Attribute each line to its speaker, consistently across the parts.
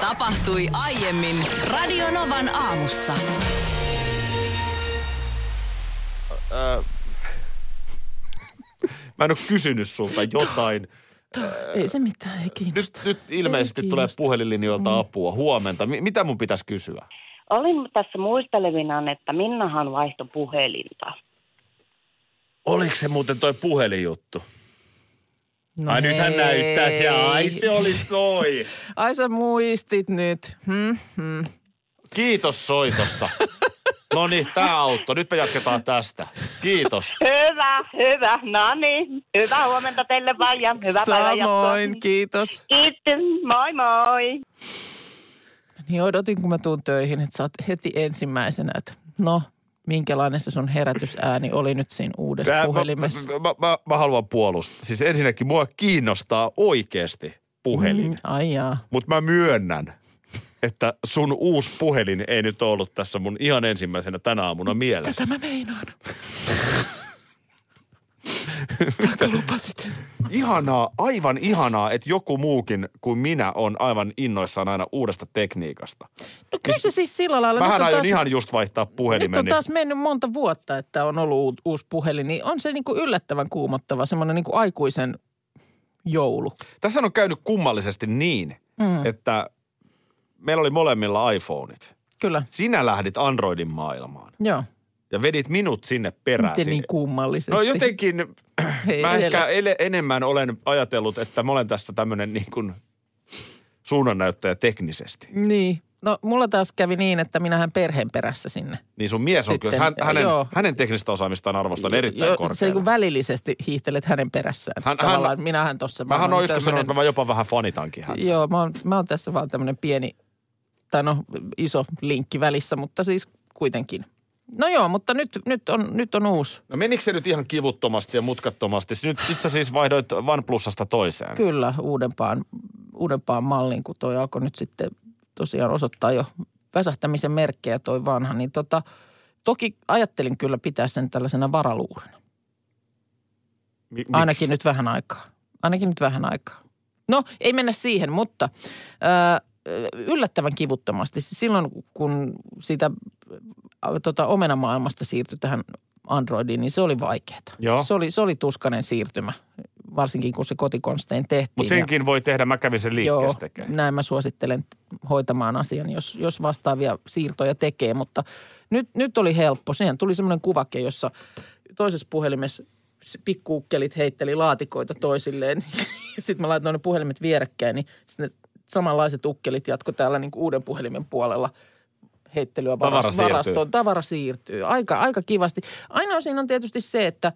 Speaker 1: Tapahtui aiemmin Radionovan aamussa.
Speaker 2: Ö, Mä en ole kysynyt sulta jotain.
Speaker 3: Ei se mitään, ei kiinnosta.
Speaker 2: Nyt, nyt ilmeisesti tulee
Speaker 3: kiinnosta. Mm.
Speaker 2: puhelinlinjoilta apua. Huomenta. Mi- Mitä mun pitäisi kysyä?
Speaker 4: Olin tässä muistelevinaan, että Minnahan vaihto puhelinta.
Speaker 2: Oliko se muuten toi puhelinjuttu?
Speaker 3: No
Speaker 2: No Ai nythän
Speaker 3: hei.
Speaker 2: näyttää se. Ai se oli toi.
Speaker 3: Ai sä muistit nyt. Hmm, hmm.
Speaker 2: Kiitos soitosta. No niin, tää auttoi. Nyt me jatketaan tästä. Kiitos.
Speaker 4: Hyvä, hyvä. No niin, hyvää huomenta teille vaan ja hyvää päivänjatkoa.
Speaker 3: Samoin, kiitos.
Speaker 4: Kiitos, moi moi.
Speaker 3: Niin odotin, kun mä tuun töihin, että saat heti ensimmäisenä, että no, minkälainen se sun herätysääni oli nyt siinä uudessa
Speaker 2: Tää-
Speaker 3: puhelimessa.
Speaker 2: Mä, mä, mä, mä haluan puolustaa. Siis ensinnäkin mua kiinnostaa oikeasti puhelin.
Speaker 3: Mm, ai jaa.
Speaker 2: Mutta mä myönnän, että sun uusi puhelin ei nyt ollut tässä mun ihan ensimmäisenä tänä aamuna mielessä.
Speaker 3: Tätä mä meinaan.
Speaker 2: Ihanaa, aivan ihanaa, että joku muukin kuin minä on aivan innoissaan aina uudesta tekniikasta.
Speaker 3: No kyllä se siis sillä lailla. nyt
Speaker 2: Mähän
Speaker 3: on
Speaker 2: aion
Speaker 3: taas-
Speaker 2: ihan just vaihtaa
Speaker 3: Nyt
Speaker 2: puhelimeni.
Speaker 3: on taas mennyt monta vuotta, että on ollut uut- uusi puhelin, niin on se niin kuin yllättävän kuumottava, semmoinen niin kuin aikuisen joulu.
Speaker 2: Tässä on käynyt kummallisesti niin,
Speaker 3: Mm.
Speaker 2: että meillä oli molemmilla iPhoneit.
Speaker 3: Kyllä,
Speaker 2: Sinä lähdit Androidin maailmaan
Speaker 3: joo.
Speaker 2: ja vedit minut sinne perään.
Speaker 3: Miten niin kummallisesti?
Speaker 2: No jotenkin
Speaker 3: Ei
Speaker 2: Mä ehkä
Speaker 3: edellä.
Speaker 2: ele- enemmän olen ajatellut, että mä olen tässä tämmöinen niin kuin suunnannäyttäjä teknisesti.
Speaker 3: Niin. No mulla taas kävi niin, että minähän perheen perässä sinne.
Speaker 2: Niin sun mies on
Speaker 3: Sitten,
Speaker 2: kyllä, hän, hänen,
Speaker 3: joo.
Speaker 2: hänen teknistä osaamistaan arvostan erittäin
Speaker 3: Se niin
Speaker 2: korkealla.
Speaker 3: kuin välillisesti hiihtelet hänen perässään.
Speaker 2: Hän-
Speaker 3: Hän,
Speaker 2: hän-
Speaker 3: Tavallaan minähän tuossa.
Speaker 2: Mähän
Speaker 3: vaan
Speaker 2: oon joskus sanonut,
Speaker 3: tämmönen-
Speaker 2: että mä jopa vähän fanitankin hän.
Speaker 3: Joo, mä oon, mä oon tässä vaan tämmöinen pieni, tai no iso linkki välissä, mutta siis kuitenkin. No joo, mutta nyt, nyt, on, nyt on uusi.
Speaker 2: No menikö se nyt ihan kivuttomasti ja mutkattomasti? Nyt, nyt sä siis vaihdoit OnePlusasta toiseen.
Speaker 3: Kyllä, uudempaan, uudempaan malliin, kun toi alkoi nyt sitten tosiaan osoittaa jo väsähtämisen merkkejä toi vanha. Niin tota, toki ajattelin kyllä pitää sen tällaisena varaluurena.
Speaker 2: Mi- miksi?
Speaker 3: Ainakin nyt vähän aikaa. Ainakin nyt vähän aikaa. No, ei mennä siihen, mutta ö, yllättävän kivuttomasti. Silloin kun siitä ö, tota, omenamaailmasta siirtyi tähän Androidiin, niin se oli vaikeaa.
Speaker 2: Joo.
Speaker 3: Se oli, se oli tuskanen siirtymä, varsinkin kun se kotikonstein tehtiin.
Speaker 2: Mutta
Speaker 3: ja-
Speaker 2: senkin voi tehdä, mä kävin sen
Speaker 3: Joo,
Speaker 2: liikkeessä tekemään.
Speaker 3: näin mä suosittelen hoitamaan asian, jos, jos vastaavia siirtoja tekee, mutta nyt, nyt oli helppo. Siihen tuli semmoinen kuvake, jossa toisessa puhelimessa s- pikkuukkelit heitteli laatikoita toisilleen. Sitten mä laitoin ne puhelimet vierekkäin, niin sit ne samanlaiset ukkelit jatko täällä niin kuin uuden puhelimen puolella heittelyä
Speaker 2: Tavara
Speaker 3: varas-
Speaker 2: siirtyy.
Speaker 3: varastoon. Tavara siirtyy. Aika, aika kivasti. Ainoa siinä on tietysti se, että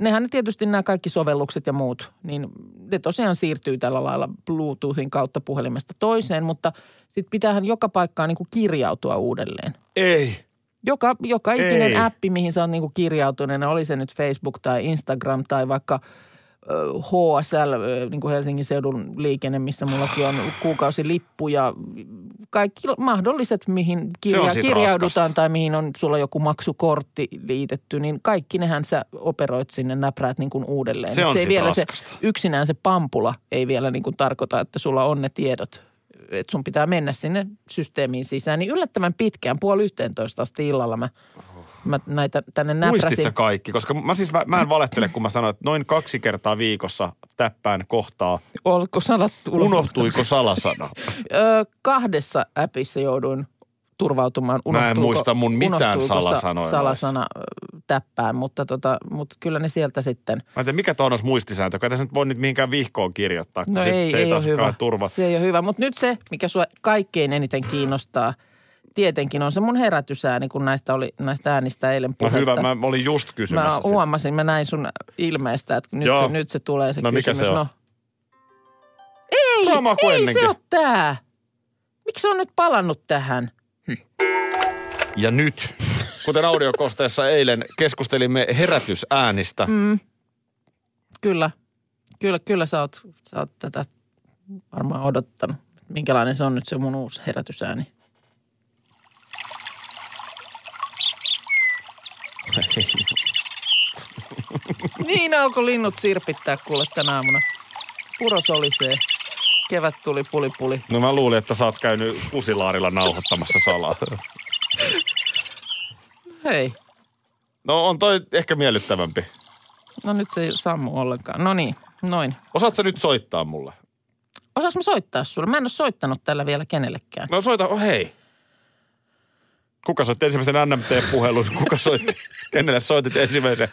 Speaker 3: nehän ne tietysti nämä kaikki sovellukset ja muut, niin ne tosiaan siirtyy tällä lailla Bluetoothin kautta puhelimesta toiseen, mutta sitten pitäähän joka paikkaan niin kuin kirjautua uudelleen.
Speaker 2: Ei.
Speaker 3: Joka, joka ikinen
Speaker 2: Ei.
Speaker 3: appi, mihin sä oot niin kuin kirjautuneena, oli se nyt Facebook tai Instagram tai vaikka ö, HSL, ö, niin kuin Helsingin seudun liikenne, missä mullakin on kuukausilippu ja kaikki mahdolliset, mihin kirja,
Speaker 2: sit
Speaker 3: kirjaudutaan
Speaker 2: raskasta.
Speaker 3: tai mihin on sulla joku maksukortti liitetty, niin kaikki nehän sä operoit sinne, näpräät niin kuin uudelleen.
Speaker 2: Se
Speaker 3: Et
Speaker 2: on
Speaker 3: se ei
Speaker 2: sit
Speaker 3: vielä
Speaker 2: raskasta.
Speaker 3: se, yksinään se pampula ei vielä niin kuin tarkoita, että sulla on ne tiedot. Että sun pitää mennä sinne systeemiin sisään. Niin yllättävän pitkään, puoli yhteentoista asti illalla mä, mä näitä tänne
Speaker 2: Muistit sä
Speaker 3: näpräsin.
Speaker 2: kaikki? Koska mä siis, mä, mä en valehtele, kun mä sanoin, että noin kaksi kertaa viikossa täppään kohtaa
Speaker 3: Olko salattu?
Speaker 2: Unohtuiko salasana?
Speaker 3: Öö, kahdessa appissa jouduin turvautumaan.
Speaker 2: Mä en
Speaker 3: Unohtuuko-
Speaker 2: muista mun mitään
Speaker 3: unohtuuko sa-
Speaker 2: salasanoja
Speaker 3: Salasana öö, täppään, mutta, tota, mutta kyllä ne sieltä sitten.
Speaker 2: Mä en tiedä, mikä tuon olisi muistisääntö, kun ei tässä nyt voi nyt mihinkään vihkoon kirjoittaa, kun
Speaker 3: No
Speaker 2: se,
Speaker 3: ei,
Speaker 2: se
Speaker 3: ei,
Speaker 2: ei,
Speaker 3: ole
Speaker 2: taaskaan
Speaker 3: hyvä.
Speaker 2: turva.
Speaker 3: Se ei ole hyvä, mutta nyt se, mikä sua kaikkein eniten kiinnostaa, tietenkin on se mun herätysääni, kun näistä, oli, näistä äänistä eilen
Speaker 2: No
Speaker 3: puhetta.
Speaker 2: hyvä, mä olin just kysymässä
Speaker 3: Mä
Speaker 2: sitä.
Speaker 3: huomasin, mä näin sun ilmeestä, että nyt,
Speaker 2: Joo.
Speaker 3: se, nyt se tulee se
Speaker 2: No mikä
Speaker 3: kysymys.
Speaker 2: se on?
Speaker 3: Ei,
Speaker 2: Sama kuin
Speaker 3: ei
Speaker 2: ennenkin.
Speaker 3: se ole tää. miksi on nyt palannut tähän?
Speaker 2: Ja nyt, kuten audiokosteessa eilen, keskustelimme herätysäänistä. Mm.
Speaker 3: Kyllä, kyllä, kyllä sä oot, sä oot tätä varmaan odottanut. Minkälainen se on nyt se mun uusi herätysääni? niin alkoi linnut sirpittää kuule tänä aamuna. Puro solisee. Kevät tuli puli puli.
Speaker 2: No mä luulin, että sä oot käynyt kusilaarilla nauhoittamassa salaa.
Speaker 3: Hei,
Speaker 2: No on toi ehkä miellyttävämpi.
Speaker 3: no nyt se ei sammu ollenkaan. No niin, noin.
Speaker 2: Osaat sä nyt soittaa mulle?
Speaker 3: Osas mä soittaa sulle? Mä en ole soittanut tällä vielä kenellekään.
Speaker 2: No soita, oh hei. Kuka soitti ensimmäisen NMT-puhelun? Kuka soitti? Kenelle soitit ensimmäisen?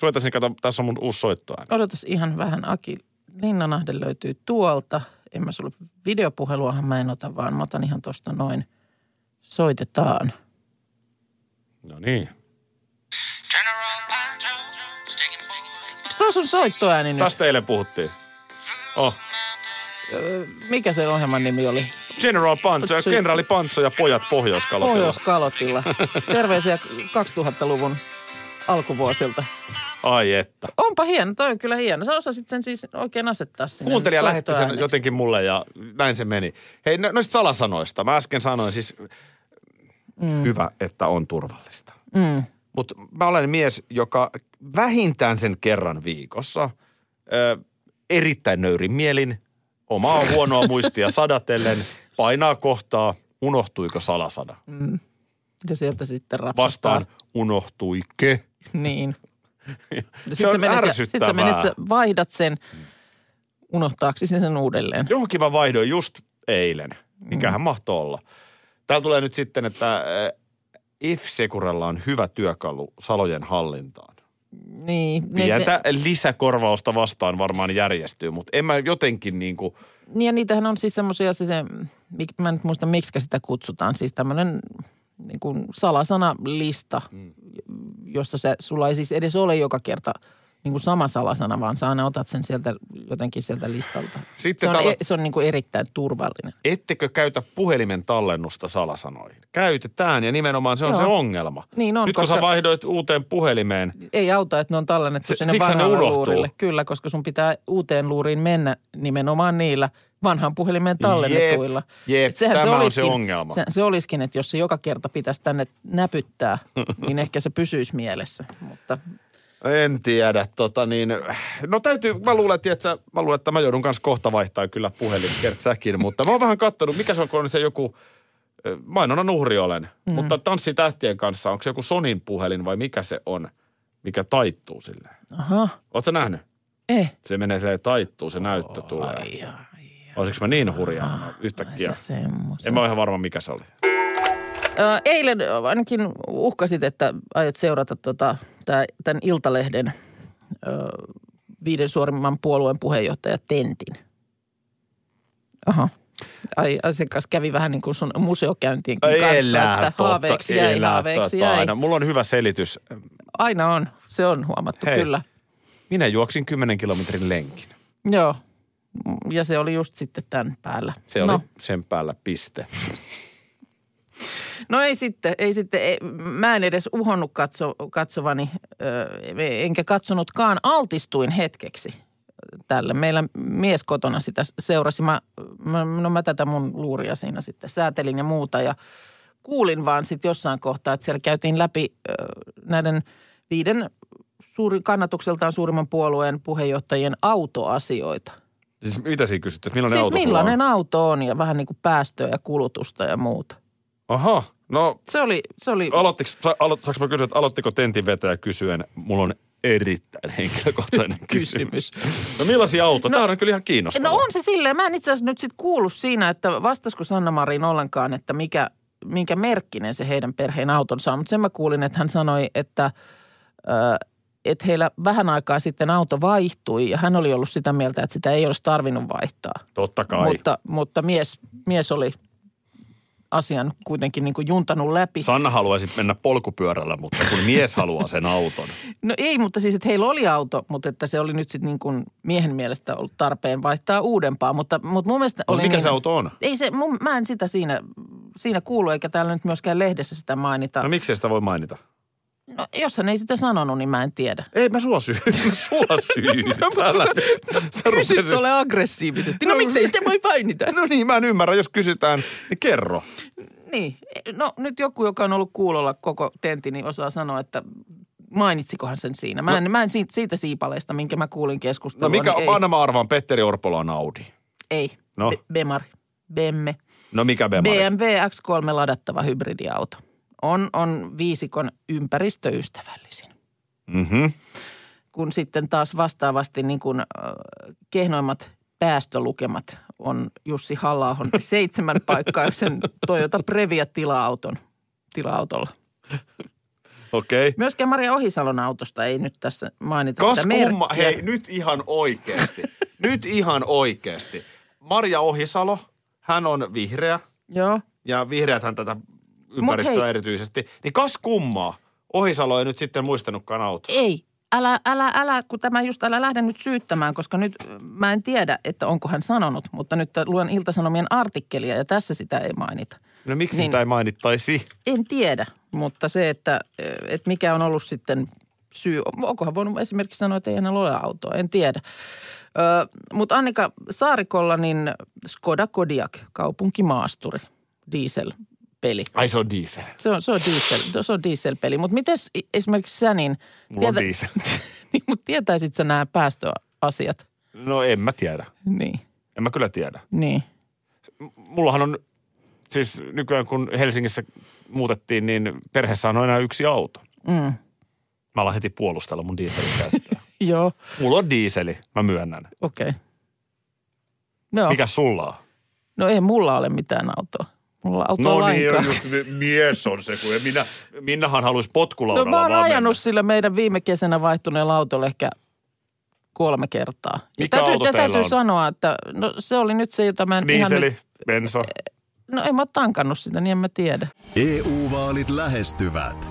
Speaker 2: Soita sen, kato, tässä on mun uusi soittoääni.
Speaker 3: Odotas ihan vähän, Aki. Linnanahde löytyy tuolta. En mä sulle, videopuheluahan mä en ota, vaan mä otan ihan tosta noin. Soitetaan.
Speaker 2: No niin.
Speaker 3: Onks toi sun soittoääni nyt?
Speaker 2: Tästä eilen puhuttiin. Oh.
Speaker 3: Mikä se ohjelman nimi oli?
Speaker 2: General Pantso, kenraali Pantso ja pojat Pohjoiskalotilla.
Speaker 3: Pohjois-Kalotilla. Terveisiä 2000-luvun alkuvuosilta.
Speaker 2: Ai että.
Speaker 3: Onpa hieno, toi on kyllä hieno. Sä osasit sen siis oikein asettaa sinne
Speaker 2: Kuuntelija lähetti sen
Speaker 3: soittoääneksi.
Speaker 2: jotenkin mulle ja näin se meni. Hei, no- noista salasanoista. Mä äsken sanoin siis, mm. hyvä, että on turvallista. Mm. Mutta mä olen mies, joka vähintään sen kerran viikossa ö, erittäin nöyrin mielin, omaa huonoa muistia sadatellen, painaa kohtaa, unohtuiko salasana.
Speaker 3: Ja sieltä sitten rapsahtaa.
Speaker 2: No, Vastaan, unohtuike.
Speaker 3: Niin.
Speaker 2: Se
Speaker 3: Ja
Speaker 2: on
Speaker 3: Sitten sä menet,
Speaker 2: ärsyttävää.
Speaker 3: sä vaihdat sen, unohtaaksesi sen uudelleen.
Speaker 2: Johonkin mä vaihdoin just eilen.
Speaker 3: Mm.
Speaker 2: Mikähän mahtoi olla. Täällä tulee nyt sitten, että eh, IF-Sekuralla on hyvä työkalu salojen hallintaan.
Speaker 3: Niin, ne-
Speaker 2: Pientä lisäkorvausta vastaan varmaan järjestyy, mutta en mä jotenkin niin kuin,
Speaker 3: Niin ja niitähän on siis semmoisia, se, se, mik- mä en nyt muista miksi sitä kutsutaan, siis tämmöinen niin kuin salasanalista, mm. jossa se, sulla ei siis edes ole joka kerta niin kuin sama salasana, vaan sä aina otat sen sieltä jotenkin sieltä listalta.
Speaker 2: Sitten
Speaker 3: se on,
Speaker 2: täällä-
Speaker 3: e, se on niin kuin erittäin turvallinen.
Speaker 2: ettekö käytä puhelimen tallennusta salasanoihin? Käytetään ja nimenomaan se on
Speaker 3: Joo.
Speaker 2: se ongelma.
Speaker 3: Niin on,
Speaker 2: nyt kun sä
Speaker 3: koska-
Speaker 2: vaihdoit uuteen puhelimeen,
Speaker 3: Ei auta, että ne on tallennettu
Speaker 2: Se-
Speaker 3: se, sinne
Speaker 2: siksihän ne
Speaker 3: vanhalle
Speaker 2: unohtuu.
Speaker 3: luurille. Kyllä, koska sun pitää uuteen luuriin mennä nimenomaan niillä vanhan puhelimeen tallennetuilla.
Speaker 2: Jep, jep,
Speaker 3: Et sehän
Speaker 2: tämä on
Speaker 3: olisikin-
Speaker 2: se ongelma.
Speaker 3: Se, se olisikin, että jos se joka kerta pitäisi tänne näpyttää, niin ehkä se pysyisi mielessä. Mutta
Speaker 2: En tiedä, tota niin, no täytyy, mä luulen, tiedätkö, mä luulen, että mä joudun kanssa kohta vaihtaa kyllä puhelin kertsäkin, mutta mä oon vähän kattonut, mikä se on, kun on se joku, ö, mainonnan uhri olen, mm. mutta tanssitähtien kanssa, onko se joku Sonin puhelin vai mikä se on, mikä taittuu silleen?
Speaker 3: aha,
Speaker 2: Oletko nähnyt?
Speaker 3: eh.
Speaker 2: Se menee silleen taittuu, se näyttö tulee.
Speaker 3: Ai, ai,
Speaker 2: Olisiko mä niin hurjaa
Speaker 3: ai,
Speaker 2: yhtäkkiä?
Speaker 3: se semmoisen.
Speaker 2: En mä ole ihan varma, mikä se oli.
Speaker 3: Ö, Eilen ainakin uhkasit, että aiot seurata tota, tää- tämän Iltalehden ö, viiden suorimman puolueen puheenjohtaja Tentin. Aha. Ai, asiakas kävi vähän niin kuin sun museokäyntienkin kanssa, että haaveeksi jäi, haaveeksi jäi.
Speaker 2: Aina. Mulla on hyvä selitys.
Speaker 3: Aina on, se on huomattu,
Speaker 2: Hei.
Speaker 3: kyllä.
Speaker 2: Minä juoksin 10 kilometrin lenkin.
Speaker 3: Joo, ja se oli just sitten tämän päällä.
Speaker 2: Se oli
Speaker 3: No.
Speaker 2: no. sen päällä piste.
Speaker 3: No ei sitten, ei sitten. Ei, mä en edes uhonnut katso, katsovani, ö, enkä katsonutkaan. Altistuin hetkeksi tälle. Meillä mies kotona sitä seurasi. Mä, mä, no mä tätä mun luuria siinä sitten säätelin ja muuta ja kuulin vaan sitten jossain kohtaa, että siellä käytiin läpi ö, näiden viiden suuri, kannatukseltaan suurimman puolueen puheenjohtajien autoasioita.
Speaker 2: Siis mitä siinä kysyttiin, että millainen
Speaker 3: siis
Speaker 2: auto sulla
Speaker 3: millainen
Speaker 2: on?
Speaker 3: auto on ja vähän niin kuin päästöä ja kulutusta ja muuta.
Speaker 2: Aha, no
Speaker 3: Se oli, se oli
Speaker 2: aloittiko, sa, alo, saanko mä kysyä, että aloittiko tentin vetäjä kysyen? Mulla on erittäin henkilökohtainen kysymys. No millaisia autoja? No, Tämä on kyllä ihan
Speaker 3: No
Speaker 2: kiinnostavaa.
Speaker 3: on se silleen. Mä en itse asiassa nyt sitten kuullut siinä, että vastasko Sanna Marin ollenkaan, että mikä, minkä merkkinen se heidän perheen autonsa on. Mutta sen mä kuulin, että hän sanoi, että, ö, että heillä vähän aikaa sitten auto vaihtui ja hän oli ollut sitä mieltä, että sitä ei olisi tarvinnut vaihtaa.
Speaker 2: Totta kai.
Speaker 3: Mutta, mutta mies, mies oli asian kuitenkin niin kuin juntanut läpi.
Speaker 2: Sanna haluaisi mennä polkupyörällä, mutta kun mies haluaa sen auton.
Speaker 3: No ei, mutta siis, että heillä oli auto, mutta että se oli nyt sitten niin kuin miehen mielestä ollut tarpeen vaihtaa uudempaa. Mutta, mutta mun mielestä
Speaker 2: No,
Speaker 3: oli
Speaker 2: mikä
Speaker 3: niin,
Speaker 2: se auto on?
Speaker 3: Ei se, mun, mä en sitä siinä, siinä kuulu, eikä täällä nyt myöskään lehdessä sitä mainita.
Speaker 2: No miksei sitä voi mainita?
Speaker 3: No, jos hän ei sitä sanonut, niin mä en tiedä.
Speaker 2: Ei mä sua syy. Mä sua syy. Älä nyt. Sä
Speaker 3: No, Kysyt
Speaker 2: rupesit-
Speaker 3: ole aggressiivisesti. No miksei sitä voi painita?
Speaker 2: No niin, mä en ymmärrä. Jos kysytään, niin kerro.
Speaker 3: Niin. No nyt joku, joka on ollut kuulolla koko tentti, niin osaa sanoa, että mainitsikohan sen siinä. Mä en, mä en siitä, siitä siipaleista, minkä mä kuulin keskustelua.
Speaker 2: No mikä,
Speaker 3: niin
Speaker 2: on, anna mä arvaan, Petteri Orpola on Audi.
Speaker 3: ei, ei.
Speaker 2: No.
Speaker 3: No. Bemari. Bemme.
Speaker 2: No mikä Bemari?
Speaker 3: BMW X3 ladattava hybridiauto. On, on viisikon ympäristöystävällisin.
Speaker 2: Mm-hmm.
Speaker 3: Kun sitten taas vastaavasti niin kuin, äh, kehnoimmat päästölukemat on Jussi halla seitsemän paikkaisen Toyota Previa tila-auton, tila-autolla.
Speaker 2: Okei. Okay.
Speaker 3: Myöskään Maria Ohisalon autosta ei nyt tässä mainita
Speaker 2: Kas
Speaker 3: sitä
Speaker 2: kumma,
Speaker 3: merkkiä.
Speaker 2: hei nyt ihan oikeasti. nyt ihan oikeasti. Marja Ohisalo, hän on vihreä
Speaker 3: Joo.
Speaker 2: ja vihreäthän tätä ympäristöä
Speaker 3: hei.
Speaker 2: erityisesti. Niin kas kummaa, Ohisalo ei nyt sitten muistanutkaan autoa.
Speaker 3: Ei, älä, älä, älä, kun tämä just älä lähde nyt syyttämään, koska nyt ö, mä en tiedä, että onko hän sanonut, mutta nyt luen Iltasanomien artikkelia ja tässä sitä ei mainita.
Speaker 2: No miksi
Speaker 3: Niin.
Speaker 2: sitä ei mainittaisi?
Speaker 3: En tiedä, mutta se, että, ö, että mikä on ollut sitten syy, onkohan voinut esimerkiksi sanoa, että ei hänellä ole autoa, en tiedä. Ö, mutta Annika Saarikolla niin Skoda Kodiak, kaupunkimaasturi, dieselpeli.
Speaker 2: Ai se on diesel.
Speaker 3: Se on, se on, diesel, se on dieselpeli. Mutta miten esimerkiksi sä niin...
Speaker 2: Mulla on diesel.
Speaker 3: niin, mutta tietäisit sä nämä päästöasiat?
Speaker 2: No en mä tiedä.
Speaker 3: Niin,
Speaker 2: En mä kyllä tiedä.
Speaker 3: niin.
Speaker 2: Mullahan on, siis nykyään kun Helsingissä muutettiin, niin perheessä on enää yksi auto.
Speaker 3: Mm.
Speaker 2: Mä alan heti puolustella mun dieselin käyttöä.
Speaker 3: Joo,
Speaker 2: Mulla on diiseli, mä myönnän.
Speaker 3: okei. Okay. No,
Speaker 2: Mikä sulla on?
Speaker 3: no ei mulla ole mitään autoa. Mulla
Speaker 2: No
Speaker 3: autoa
Speaker 2: niin,
Speaker 3: lainkaan.
Speaker 2: just mi- mies on se, kun en minä, Minnahan haluaisi
Speaker 3: no
Speaker 2: potkulaudalla
Speaker 3: mä oon
Speaker 2: vaan
Speaker 3: ajanut
Speaker 2: mennä.
Speaker 3: sillä meidän viime kesänä vaihtuneella autolla ehkä kolme kertaa. Ja
Speaker 2: Mikä
Speaker 3: täytyy,
Speaker 2: auto
Speaker 3: ja
Speaker 2: teillä
Speaker 3: täytyy
Speaker 2: on? Niin,
Speaker 3: sanoa, että no, se oli nyt se, jota mä en ihan
Speaker 2: Diiseli,
Speaker 3: nyt,
Speaker 2: bensa.
Speaker 3: No en mä oo tankannut sitä, niin en mä tiedä.
Speaker 5: EU-vaalit E lähestyvät.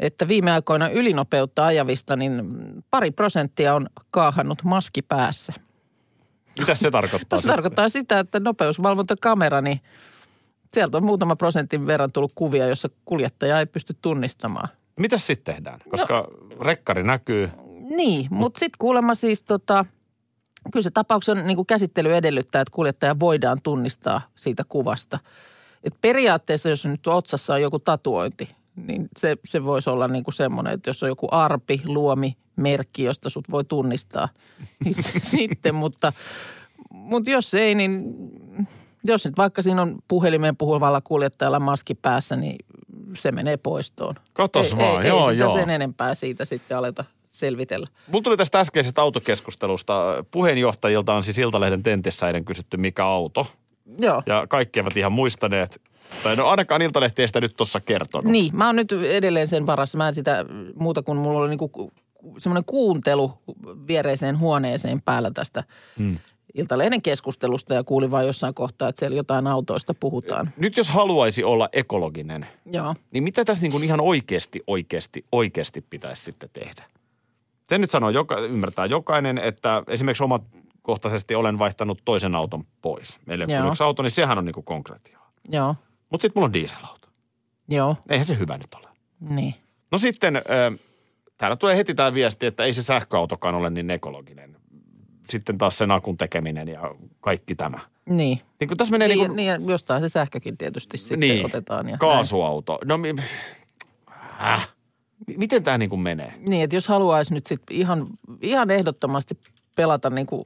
Speaker 3: että viime aikoina ylinopeutta ajavista niin pari prosenttia on kaahannut maski päässä.
Speaker 2: Mitä se tarkoittaa?
Speaker 3: No, se tarkoittaa sitä, että nopeusvalvontakamera, niin sieltä on muutama prosentin verran tullut kuvia, jossa kuljettaja ei pysty tunnistamaan.
Speaker 2: Mitäs sitten tehdään? Koska
Speaker 3: No-
Speaker 2: rekkari näkyy.
Speaker 3: Niin, mutta sitten kuulemma siis tota, kyllä se tapauksen niin kuin käsittely edellyttää, että kuljettaja voidaan tunnistaa siitä kuvasta. Et periaatteessa, jos nyt otsassa on joku tatuointi, niin se, se voisi olla niin kuin semmoinen, että jos on joku arpi, luomi, merkki, josta sut voi tunnistaa, niin se sitten, mutta, mutta jos ei, niin jos nyt vaikka siinä on puhelimeen puhuvalla kuljettajalla maski päässä, niin se menee poistoon.
Speaker 2: Katos
Speaker 3: ei,
Speaker 2: vaan,
Speaker 3: ei,
Speaker 2: joo,
Speaker 3: ei sitä
Speaker 2: joo.
Speaker 3: sen enempää siitä sitten aleta selvitellä.
Speaker 2: Mulla tuli tästä äskeisestä autokeskustelusta. Puheenjohtajilta on siis Iltalehden tentissä eilen kysytty, mikä auto.
Speaker 3: Joo.
Speaker 2: Ja kaikki eivät ihan muistaneet. Tai no ainakaan Iltalehti ei sitä nyt tuossa kertonut.
Speaker 3: Niin, mä oon nyt edelleen sen varassa. Mä en sitä muuta kuin mulla oli niinku ku- ku- semmoinen kuuntelu viereiseen huoneeseen päällä tästä hmm. Iltalehden keskustelusta ja kuulin vain jossain kohtaa, että siellä jotain autoista puhutaan.
Speaker 2: Nyt jos haluaisi olla ekologinen,
Speaker 3: Joo.
Speaker 2: niin mitä tässä niin kuin ihan oikeasti, oikeasti, oikeasti pitäisi sitten tehdä? Sen nyt sanoo, joka, ymmärtää jokainen, että esimerkiksi omakohtaisesti olen vaihtanut toisen auton pois. Meillä
Speaker 3: Joo.
Speaker 2: on yksi auto, niin sehän on niin kuin konkretiaa.
Speaker 3: Joo.
Speaker 2: Mutta sitten mulla on dieselauto.
Speaker 3: Joo.
Speaker 2: Eihän se hyvä nyt ole.
Speaker 3: Niin.
Speaker 2: No sitten, ö, täällä tulee heti tämä viesti, että ei se sähköautokaan ole niin ekologinen. Sitten taas sen akun tekeminen ja kaikki tämä.
Speaker 3: Niin.
Speaker 2: Niin kun tässä menee
Speaker 3: Niin,
Speaker 2: niin,
Speaker 3: niin,
Speaker 2: kuin,
Speaker 3: ja- niin, ja jostain se sähkökin tietysti sitten
Speaker 2: Niin,
Speaker 3: otetaan. Ja
Speaker 2: kaasuauto. No, mi- äh. M- Miten tämä niin kuin menee?
Speaker 3: näin. Niin, että jos haluaisi nyt sitten ihan, ihan ehdottomasti pelata niin kuin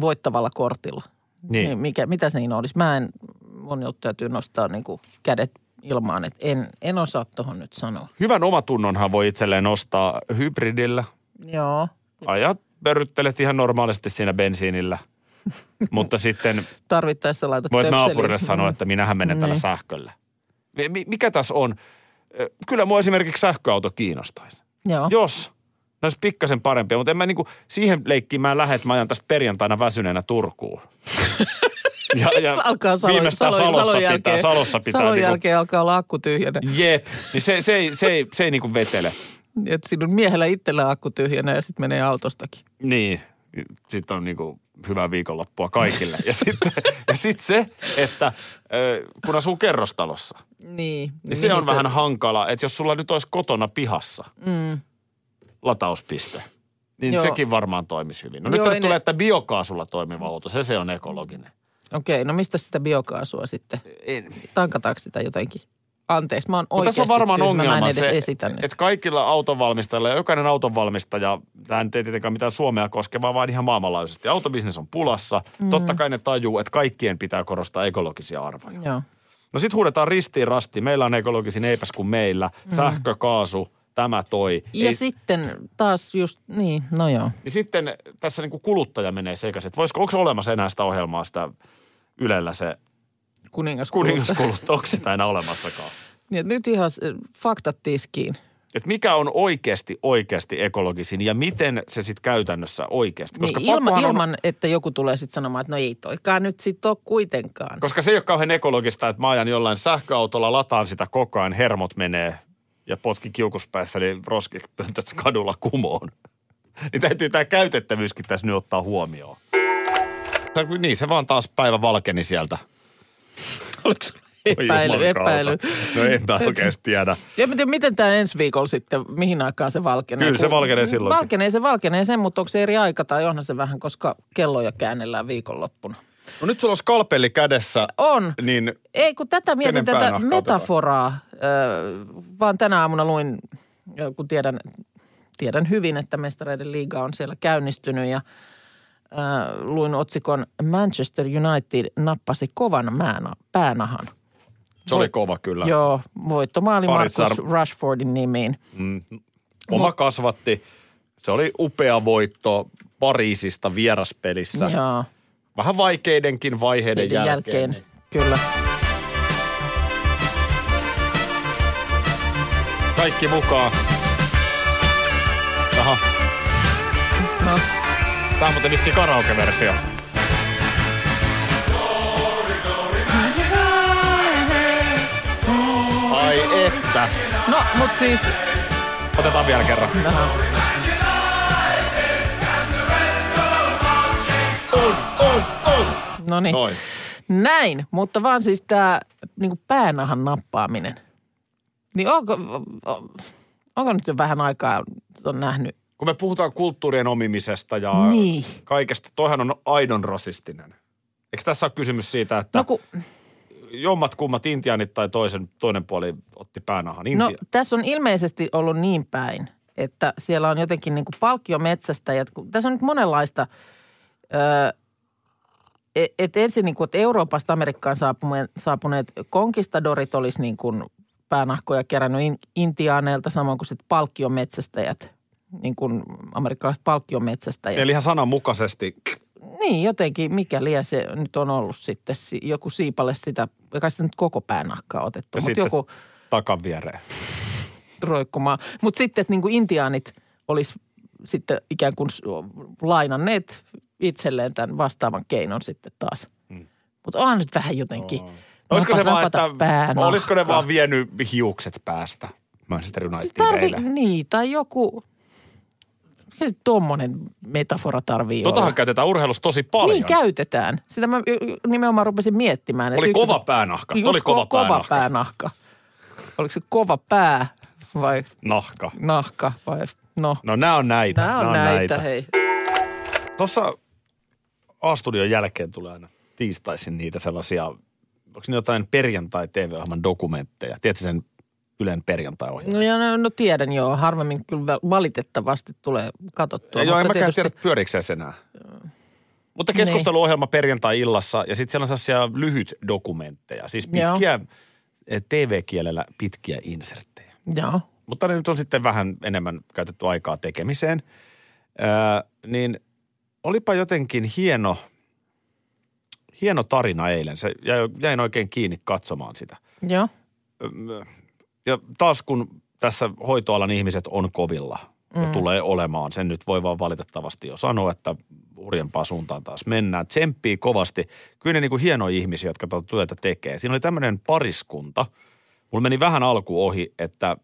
Speaker 3: voittavalla kortilla,
Speaker 2: Niin.
Speaker 3: niin mikä, mitä siinä olisi? Mä en, mun juttu täytyy nostaa niin kuin kädet ilmaan, että en, en osaa tuohon nyt sanoa.
Speaker 2: Hyvän omatunnonhan voi itselleen ostaa hybridillä.
Speaker 3: Joo.
Speaker 2: Ajat pörryttelet ihan normaalisti siinä bensiinillä. Mutta sitten
Speaker 3: Tarvittaessa laitat
Speaker 2: voit
Speaker 3: töpselin.
Speaker 2: naapurille sanoa, että minähän menen tällä
Speaker 3: Niin.
Speaker 2: sähköllä. Mi- mi- Mikä tässä on? Ö, Kyllä mua esimerkiksi sähköauto kiinnostaisi.
Speaker 3: Joo.
Speaker 2: Jos. Ne olisi pikkasen parempia, mutta en mä niinku siihen leikkiin mä lähet, mä ajan tästä perjantaina väsyneenä Turkuun. ja, ja
Speaker 3: Alkaa salo,
Speaker 2: viimeistään
Speaker 3: salo,
Speaker 2: salossa,
Speaker 3: salon
Speaker 2: pitää,
Speaker 3: jälkeen,
Speaker 2: salossa pitää.
Speaker 3: salon
Speaker 2: niinku,
Speaker 3: jälkeen alkaa olla akku tyhjänä.
Speaker 2: Jep, niin se, se, ei, se, ei, se ei niinku vetele.
Speaker 3: Että sinun miehellä itsellä on akku tyhjänä ja sitten menee autostakin.
Speaker 2: Niin, sitten on niinku hyvää viikonloppua kaikille. ja sitten ja sit se, että ö, kun asuu kerrostalossa,
Speaker 3: Niin.
Speaker 2: niin se on vähän hankala, että jos sulla nyt olisi kotona pihassa
Speaker 3: Mm.
Speaker 2: latauspiste, niin
Speaker 3: Joo.
Speaker 2: Joo. sekin varmaan toimisi hyvin. No
Speaker 3: Joo,
Speaker 2: Joo, nyt ne...
Speaker 3: ei
Speaker 2: tulee,
Speaker 3: ne-
Speaker 2: että biokaasulla toimiva auto, se se on ekologinen.
Speaker 3: Okei, no mistä sitä biokaasua sitten?
Speaker 2: En.
Speaker 3: Tankataanko sitä jotenkin? Anteeksi, mä oon
Speaker 2: Mutta
Speaker 3: oikeasti
Speaker 2: tässä on varmaan
Speaker 3: tyhmä,
Speaker 2: ongelma
Speaker 3: mä en edes
Speaker 2: se,
Speaker 3: esitä nyt.
Speaker 2: että kaikilla autonvalmistajilla ja jokainen autonvalmistaja, tämä nyt ei tietenkään mitään Suomea koske, vaan, vaan ihan maailmanlaajuisesti. Autobisnes on pulassa. Mm. Totta kai ne tajuu, että kaikkien pitää korostaa ekologisia arvoja.
Speaker 3: Joo.
Speaker 2: No sit huudetaan ristiin rasti. Meillä on ekologisin eipäs kuin meillä. Sähkö, kaasu, tämä toi.
Speaker 3: Mm. Ja
Speaker 2: Ei-
Speaker 3: sitten taas just, niin, no joo.
Speaker 2: niin sitten tässä niin kuin kuluttaja menee sekaisin. että Voisiko, onko olemassa enää sitä ohjelmaa sitä Ylellä se
Speaker 3: Kuningas, kuningas.
Speaker 2: kuningaskulutta? Onko sitä enää olemassakaan?
Speaker 3: Niin, et nyt ihan eh, faktat tiskiin. Niin
Speaker 2: Et mikä on oikeasti, oikeasti ekologisin ja miten se sitten käytännössä oikeasti?
Speaker 3: Niin,
Speaker 2: pakkohan
Speaker 3: ilman,
Speaker 2: on-
Speaker 3: ilman, että joku tulee sitten sanomaan, että no ei toikaan nyt sitten ole kuitenkaan.
Speaker 2: Koska se ei ole kauhean ekologista, että mä ajan jollain sähköautolla, lataan sitä koko ajan, hermot menee ja potki kiukuspäässä, niin roskipöntöt kadulla kumoon. Niin täytyy tämä käytettävyyskin tässä nyt ottaa huomioon. Tai Niin, se vaan taas päivä valkeni sieltä.
Speaker 3: Oliko sulla
Speaker 2: Oi
Speaker 3: epäily,
Speaker 2: jumankauta.
Speaker 3: epäily?
Speaker 2: No en mä oikeasti tiedä.
Speaker 3: Ja miten, miten tämä ensi viikolla sitten, mihin aikaan se valkenee?
Speaker 2: Kyllä se
Speaker 3: Kun-
Speaker 2: valkenee silloinkin.
Speaker 3: Valkenee se valkenee sen, mutta onko se eri aika tai onhan se vähän, koska kelloja käännellään viikonloppuna.
Speaker 2: No nyt sulla on skalpelli kädessä,
Speaker 3: On.
Speaker 2: niin
Speaker 3: Ei, kun tätä mietin
Speaker 2: Kenen
Speaker 3: tätä
Speaker 2: päänahka otetaan?
Speaker 3: metaforaa, ö, vaan tänä aamuna luin, ö, kun tiedän, tiedän hyvin, että mestareiden liiga on siellä käynnistynyt ja ö, luin otsikon Manchester United nappasi kovan määnä, päänahan.
Speaker 2: se oli kova kyllä.
Speaker 3: Joo, voittomaali
Speaker 2: Paris
Speaker 3: Markus
Speaker 2: Saar-
Speaker 3: Rashfordin nimiin.
Speaker 2: Oma kasvatti. Se oli upea voitto Pariisista vieraspelissä.
Speaker 3: Joo,
Speaker 2: Vähän vaikeidenkin vaiheiden
Speaker 3: niiden
Speaker 2: jälkeen.
Speaker 3: jälkeen,
Speaker 2: niin-
Speaker 3: kyllä.
Speaker 2: Kaikki mukaan. Aha,
Speaker 3: No,
Speaker 2: tää on muuten vissiin karaoke-versio. Ai että.
Speaker 3: no mutta siis,
Speaker 2: Otetaan vielä kerran.
Speaker 3: aha, no niin.
Speaker 2: Noin.
Speaker 3: Näin, mutta vaan siis tämä niin päänahan nappaaminen. Niin onko, on- onko nyt jo vähän aikaa, että on nähnyt?
Speaker 2: Kun me puhutaan kulttuurien omimisesta ja
Speaker 3: Niin.
Speaker 2: kaikesta, toihan on aidon rasistinen. Eikö tässä ole kysymys siitä, että
Speaker 3: No,
Speaker 2: no, kun...
Speaker 3: kun,
Speaker 2: jommat kummat intiaanit tai toisen, toinen puoli otti päänahan? Intia.
Speaker 3: no tässä on ilmeisesti ollut niin päin, että siellä on jotenkin niin kuin palkkiometsästäjät. kun- Tässä on nyt monenlaista, öö, et, et ensin niin kuin, että Euroopasta Amerikkaan saapuneet, saapuneet konkistadorit olisi niin kuin päänahkoja kerännyt in, intiaaneilta, samoin kuin sitten palkkiometsästäjät, niin kuin amerikkalaiset palkkiometsästäjät.
Speaker 2: Eli ihan sananmukaisesti
Speaker 3: Niin, jotenkin mikäli se nyt on ollut sitten si- joku siipale sitä, eikä sitä nyt koko päänahkaa otettu,
Speaker 2: ja
Speaker 3: mutta
Speaker 2: sitten
Speaker 3: joku
Speaker 2: takan viereen.
Speaker 3: roikkumaa. Mutta sitten, että niin kuin intiaanit olisi niinku sitten ikään kuin s- lainanneet itselleen tämän vastaavan keinon sitten taas. Mutta onhan nyt vähän jotenkin.
Speaker 2: Hmm. No. Olisiko se
Speaker 3: napata-
Speaker 2: vaan, että
Speaker 3: napata pään
Speaker 2: olisiko ne
Speaker 3: nahkaan.
Speaker 2: vaan vienyt hiukset päästä Manchester Unitedin
Speaker 3: Tarvi,
Speaker 2: eilen?
Speaker 3: niin, tai joku, mikä tuommoinen metafora tarvii olla.
Speaker 2: Totahan käytetään urheilussa tosi paljon.
Speaker 3: Niin käytetään. Sitä mä y- y- nimenomaan rupesin miettimään. että
Speaker 2: Oli
Speaker 3: yksi-
Speaker 2: kova päänahka.
Speaker 3: Just
Speaker 2: Oli
Speaker 3: ko-
Speaker 2: kova,
Speaker 3: kova
Speaker 2: päänahka.
Speaker 3: päänahka. Oliko se kova pää vai
Speaker 2: Nahka.
Speaker 3: nahka vai no.
Speaker 2: No nämä on näitä.
Speaker 3: Nämä on näitä, hei.
Speaker 2: Tuossa A-studion jälkeen tulee aina tiistaisin niitä sellaisia, onko ne jotain perjantai-tv-ohjelman dokumentteja? Tiedätkö sen Ylen perjantai-ohjelman?
Speaker 3: No, ja, no, no tiedän joo, harvemmin kyllä va- valitettavasti tulee katsottua.
Speaker 2: Ja joo, en
Speaker 3: mutta
Speaker 2: mäkään
Speaker 3: tietysti- Niin.
Speaker 2: tiedä, pyöriikö se enää. Mutta keskusteluohjelma perjantai-illassa ja sitten siellä on sellaisia lyhyt dokumentteja, siis
Speaker 3: Joo.
Speaker 2: pitkiä, eh, TV-kielellä pitkiä inserttejä.
Speaker 3: Joo,
Speaker 2: Mutta ne nyt on sitten vähän enemmän käytetty aikaa tekemiseen. Öö, niin olipa jotenkin hieno, hieno tarina eilen. Se jäi, jäin oikein kiinni katsomaan sitä.
Speaker 3: joo,
Speaker 2: Öm, Ja taas kun tässä hoitoalan ihmiset on kovilla ja tulee olemaan, sen nyt voi vaan valitettavasti jo sanoa, että hurjempaa suuntaan taas mennään. Tsemppii kovasti. Kyllä ne niin kuin hienoja ihmisiä, jotka tuota työtä tekee. Siinä oli tämmöinen pariskunta. Mulla meni vähän alku ohi, että,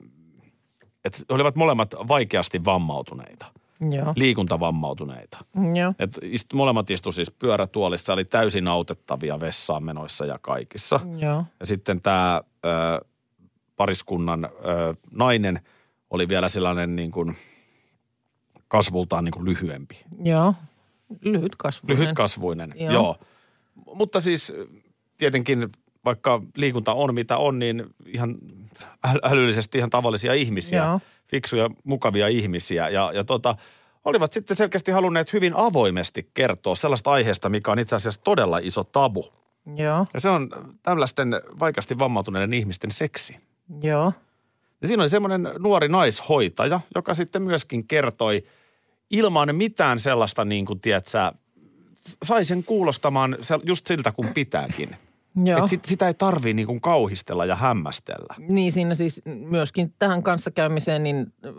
Speaker 2: että he olivat molemmat vaikeasti vammautuneita,
Speaker 3: joo,
Speaker 2: liikuntavammautuneita.
Speaker 3: joo.
Speaker 2: Et ist, molemmat istu siis pyörätuolissa, oli täysin autettavia vessaan menoissa ja kaikissa.
Speaker 3: Joo,
Speaker 2: Ja sitten tämä ö, pariskunnan ö, nainen oli vielä sellainen niin kuin kasvultaan niin kuin lyhyempi.
Speaker 3: joo. Lyhyt kasvu.
Speaker 2: Lyhytkasvuinen,
Speaker 3: Joo.
Speaker 2: joo. joo. Mutta siis ö, tietenkin vaikka liikunta on mitä on, niin ihan äl- älyllisesti ihan tavallisia ihmisiä,
Speaker 3: Joo.
Speaker 2: joo. fiksuja, mukavia ihmisiä. Ja, ja tota, olivat sitten selkeästi halunneet hyvin avoimesti kertoa sellaista aiheesta, mikä on itse asiassa todella iso tabu.
Speaker 3: Joo,
Speaker 2: Ja se on tällaisten vaikeasti vammautuneiden ihmisten seksi.
Speaker 3: joo,
Speaker 2: Ja siinä oli semmoinen nuori naishoitaja, joka sitten myöskin kertoi ilman mitään sellaista, niin kuin tiedätkö, sai sen kuulostamaan se- just siltä, kun pitääkin.
Speaker 3: joo.
Speaker 2: Et sit, sitä ei tarvii niin kuin kauhistella ja hämmästellä.
Speaker 3: Niin siinä siis myöskin tähän kanssakäymiseen niin ö,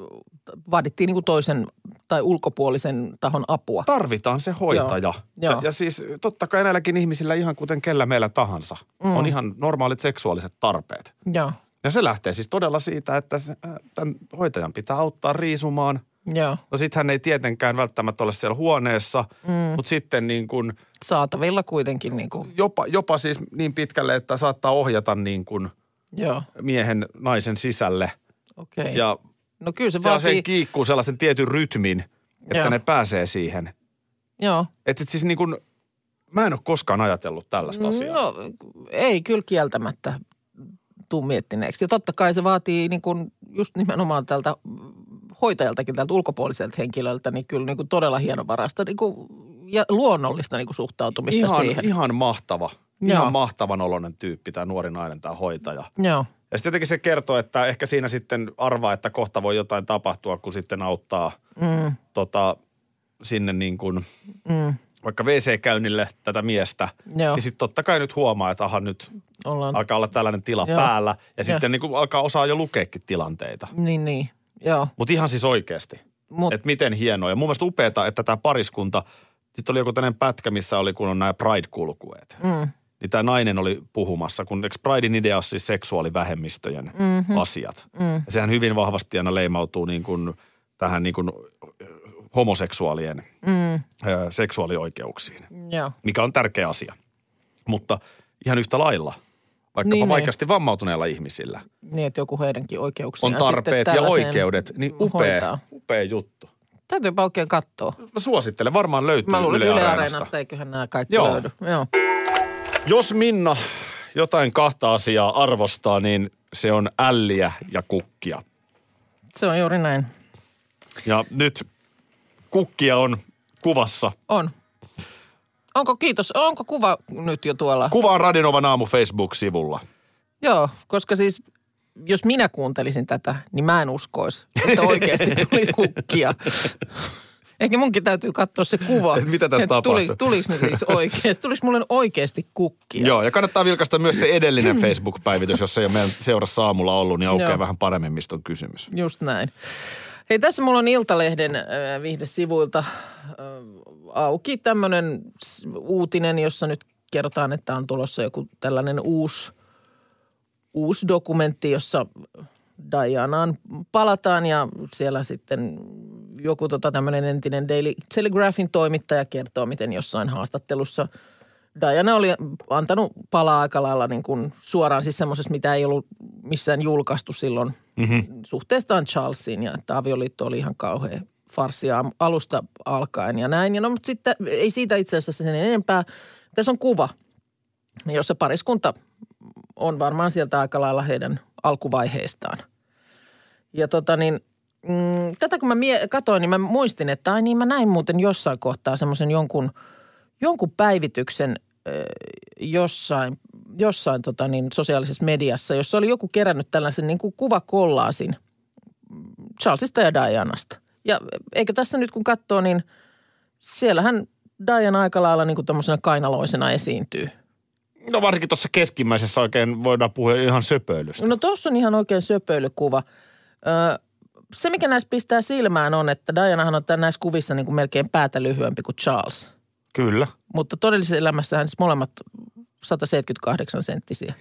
Speaker 3: vaadittiin niin kuin toisen tai ulkopuolisen tahon apua.
Speaker 2: Tarvitaan se hoitaja.
Speaker 3: Joo, joo.
Speaker 2: Ja, ja siis totta kai näilläkin ihmisillä ihan kuten kellä meillä tahansa mm. on ihan normaalit seksuaaliset tarpeet.
Speaker 3: Joo,
Speaker 2: Ja se lähtee siis todella siitä, että se- äh, tämän hoitajan pitää auttaa riisumaan –
Speaker 3: joo.
Speaker 2: No sit hän ei tietenkään välttämättä ole siellä huoneessa, mm. mutta sitten niin kun
Speaker 3: Saatavilla kuitenkin niin kuin,
Speaker 2: jopa, jopa siis niin pitkälle, että saattaa ohjata niin kun
Speaker 3: joo,
Speaker 2: miehen naisen sisälle.
Speaker 3: okei. Okay.
Speaker 2: Ja
Speaker 3: No kyllä se vaatii,
Speaker 2: sellaiseen kiikkuu sellaisen tietyn rytmin, että
Speaker 3: Joo.
Speaker 2: ne pääsee siihen.
Speaker 3: joo.
Speaker 2: Että siis niin kun, mä en ole koskaan ajatellut tällaista asiaa.
Speaker 3: No ei kyllä kieltämättä tuu miettineeksi. Ja totta kai se vaatii niin kuin just nimenomaan tältä hoitajaltakin, tältä ulkopuoliselta henkilöltä, niin kyllä niin kuin todella hienovarasta niin kuin, ja luonnollista niin kuin suhtautumista
Speaker 2: Ihan,
Speaker 3: siihen.
Speaker 2: ihan mahtava.
Speaker 3: Joo.
Speaker 2: Ihan mahtavan oloinen tyyppi, tämä nuori nainen, tämä hoitaja.
Speaker 3: Joo,
Speaker 2: Ja sitten jotenkin se kertoo, että ehkä siinä sitten arvaa, että kohta voi jotain tapahtua, kun sitten auttaa
Speaker 3: mm,
Speaker 2: tota, sinne niin kuin
Speaker 3: mm,
Speaker 2: vaikka WC-käynnille tätä miestä,
Speaker 3: Joo.
Speaker 2: Joo. niin sitten totta kai nyt huomaa, että aha nyt
Speaker 3: ollaan.
Speaker 2: alkaa olla tällainen tila
Speaker 3: Joo.
Speaker 2: Joo. päällä ja
Speaker 3: Joo.
Speaker 2: sitten niin kuin alkaa osaa jo lukeekin tilanteita.
Speaker 3: Niin, niin, joo.
Speaker 2: Mutta ihan siis oikeasti,
Speaker 3: Mut,
Speaker 2: että miten hienoa. Ja mun mielestä upeeta, että tämä pariskunta, sitten oli joku tämmöinen pätkä, missä oli kun on nämä Pride-kulkueet.
Speaker 3: mm,
Speaker 2: Niin tämä nainen oli puhumassa, kun eikö Pridein idea on siis seksuaalivähemmistöjen
Speaker 3: Mhm.
Speaker 2: mm-hmm. asiat.
Speaker 3: mm,
Speaker 2: Ja sehän hyvin vahvasti aina leimautuu niin kuin tähän niin kuin homoseksuaalien
Speaker 3: mm,
Speaker 2: ö, seksuaalioikeuksiin.
Speaker 3: joo.
Speaker 2: mikä on tärkeä asia. Mutta ihan yhtä lailla, vaikkapa
Speaker 3: Niin, niin.
Speaker 2: niin, vaikeasti vammautuneilla ihmisillä,
Speaker 3: Niin, että joku heidänkin oikeuksia.
Speaker 2: on tarpeet ja oikeudet, niin upea,
Speaker 3: hoitaa.
Speaker 2: upea juttu.
Speaker 3: Täytyypä oikein katsoa.
Speaker 2: Mä suosittelen, varmaan löytyy
Speaker 3: Mä luulen,
Speaker 2: Yle,
Speaker 3: että Yle
Speaker 2: Areenasta.
Speaker 3: Areenasta eiköhän nämä kaikki
Speaker 2: Joo.
Speaker 3: löydy. Joo.
Speaker 2: Jos Minna jotain kahta asiaa arvostaa, niin se on älliä ja kukkia.
Speaker 3: Se on juuri näin.
Speaker 2: Ja nyt kukkia on kuvassa.
Speaker 3: On. Onko kiitos, onko kuva nyt jo tuolla?
Speaker 2: Kuva on Radinovan aamu Facebook-sivulla.
Speaker 3: Joo, koska siis jos minä kuuntelisin tätä, niin mä en uskoisi, että oikeasti tuli kukkia. Ehkä munkin täytyy katsoa se kuva.
Speaker 2: Et mitä tässä
Speaker 3: että tuli,
Speaker 2: tapahtui?
Speaker 3: tuliko ne siis oikeasti, tuliko mulle oikeasti kukkia?
Speaker 2: Joo, ja kannattaa vilkaista myös se edellinen Facebook-päivitys, jos ei ole meidän seurassa aamulla ollut, niin aukeaa
Speaker 3: Joo.
Speaker 2: vähän paremmin, mistä on kysymys.
Speaker 3: Just näin. Hei, tässä mulla on Iltalehden äh, viihdesivuilta äh, auki tämmöinen uutinen, jossa nyt kerrotaan, että on tulossa joku tällainen uusi, uusi dokumentti, jossa Dianaan palataan ja siellä sitten joku tota, tämmöinen entinen Daily Telegraphin toimittaja kertoo, miten jossain haastattelussa Diana oli antanut palaa aika lailla niin kuin suoraan siis semmoisessa, mitä ei ollut missään julkaistu silloin mm-hmm. suhteestaan Charlesiin ja että avioliitto oli ihan kauhea farsia alusta alkaen ja näin. Ja no, mutta sitten ei siitä itse asiassa sen enempää. Tässä on kuva, jossa pariskunta on varmaan sieltä aika lailla heidän alkuvaiheestaan. Ja tota niin, mm, tätä kun mä mie- katsoin, niin mä muistin, että ai niin mä näin muuten jossain kohtaa semmoisen jonkun, jonkun päivityksen ö, jossain, jossain tota niin, sosiaalisessa mediassa, jossa oli joku kerännyt tällaisen niin kuin kuvakollaasin Charlesista ja Dianasta. Ja eikö tässä nyt kun katsoo, niin siellähän Diana aika lailla niin kuin tommosena kainaloisena esiintyy –
Speaker 2: No varsinkin tuossa keskimmäisessä oikein voidaan puhua ihan söpöilystä.
Speaker 3: No tuossa on ihan oikein söpöilykuva. Ö, se, mikä näissä pistää silmään on, että Dianahan on tää- näissä kuvissa niin kuin melkein päätä lyhyempi kuin Charles.
Speaker 2: Kyllä.
Speaker 3: Mutta todellisessa elämässähän siis molemmat 178 senttisiä.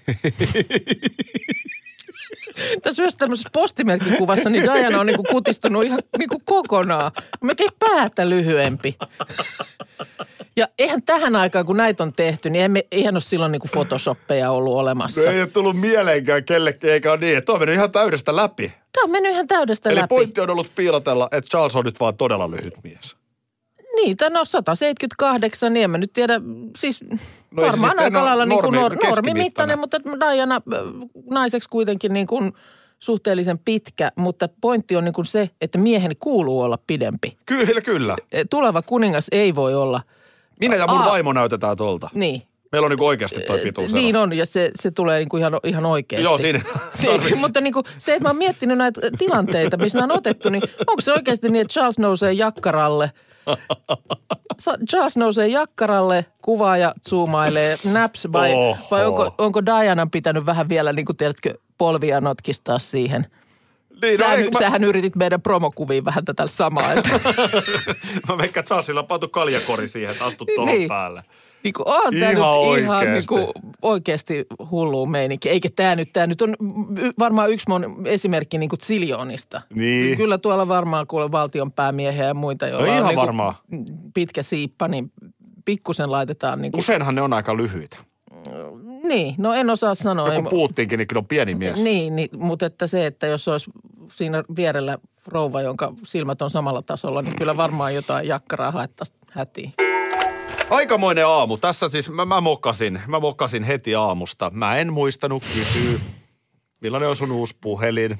Speaker 3: Tässä yhdessä tämmöisessä postimerkkikuvassa, niin Diana on niinku kutistunut ihan niinku kokonaan. Melkein päätä lyhyempi. Ja eihän tähän aikaan, kun näitä on tehty, niin emme, eihän ole silloin niinku photoshoppeja ollut olemassa.
Speaker 2: No ei ole tullut mieleenkään kellekään, eikä ole niin. Tuo on mennyt ihan täydestä läpi.
Speaker 3: Tämä on mennyt ihan täydestä
Speaker 2: Eli
Speaker 3: läpi.
Speaker 2: pointti on ollut piilotella, että Charles on nyt vaan todella lyhyt mies.
Speaker 3: Niin, tai no 178, niin en mä nyt tiedä, siis
Speaker 2: No
Speaker 3: no
Speaker 2: ei se
Speaker 3: varmaan
Speaker 2: sitten
Speaker 3: aika
Speaker 2: ole
Speaker 3: lailla niin kuin
Speaker 2: normi-
Speaker 3: nor-
Speaker 2: keskimittainen.
Speaker 3: normimittainen, mutta Diana äh, naiseksi kuitenkin niin kuin suhteellisen pitkä, mutta pointti on niin kuin se, että miehen kuuluu olla pidempi.
Speaker 2: Kyllä, kyllä.
Speaker 3: E, Tuleva kuningas ei voi olla,
Speaker 2: Minä ja mun
Speaker 3: Aa.
Speaker 2: vaimo näytetään tolta.
Speaker 3: niin.
Speaker 2: Meillä on niinku oikeasti toi pituus.
Speaker 3: Niin on, ja se, se tulee niin kuin ihan, ihan oikeasti.
Speaker 2: Joo, siinä.
Speaker 3: Se, mutta niin kuin, se, että mä oon miettinyt näitä tilanteita, missä ne on otettu, niin onko se oikeasti niin, että Charles nousee jakkaralle? Sa- Charles nousee jakkaralle, kuvaaja zoomailee, naps vai,
Speaker 2: Oho.
Speaker 3: vai onko, onko Dianan pitänyt vähän vielä, niin kuin tiedätkö, polvia notkistaa siihen?
Speaker 2: niin, no,
Speaker 3: Sähän,
Speaker 2: ei,
Speaker 3: no,
Speaker 2: kun mä,
Speaker 3: sähän yritit meidän promokuviin vähän tätä samaa, että
Speaker 2: mä veikkaan, että Charlesilla on pantu kaljakori siihen, että astut tuohon
Speaker 3: Niin.
Speaker 2: päälle.
Speaker 3: niin kuin, on
Speaker 2: Ihan
Speaker 3: tämä nyt
Speaker 2: oikeasti.
Speaker 3: ihan niin kuin, oikeasti hullu meininki. Eikä tämä nyt, tämä nyt on y- varmaan yksi mon esimerkki niin kuin Ziljonista.
Speaker 2: Niin. No
Speaker 3: Kyllä tuolla varmaan kuule valtion päämiehiä ja muita, joilla
Speaker 2: ihan
Speaker 3: on niinku
Speaker 2: varmaan.
Speaker 3: pitkä siippa, niin pikkusen laitetaan niin kuin,
Speaker 2: Useinhan ne on aika lyhyitä.
Speaker 3: Niin, no en osaa sanoa.
Speaker 2: No,
Speaker 3: ei
Speaker 2: kun
Speaker 3: mu-
Speaker 2: puhuttiinkin, niin kyllä on pieni mies.
Speaker 3: Niin, niin, mutta että se, että jos olisi siinä vierellä rouva, jonka silmät on samalla tasolla, niin kyllä varmaan jotain jakkaraa haettaisiin hätiin.
Speaker 2: Aikamoinen aamu. Tässä siis mä, mä mokasin. Mä mokasin heti aamusta. Mä en muistanut kysyä, millainen on sun uusi puhelin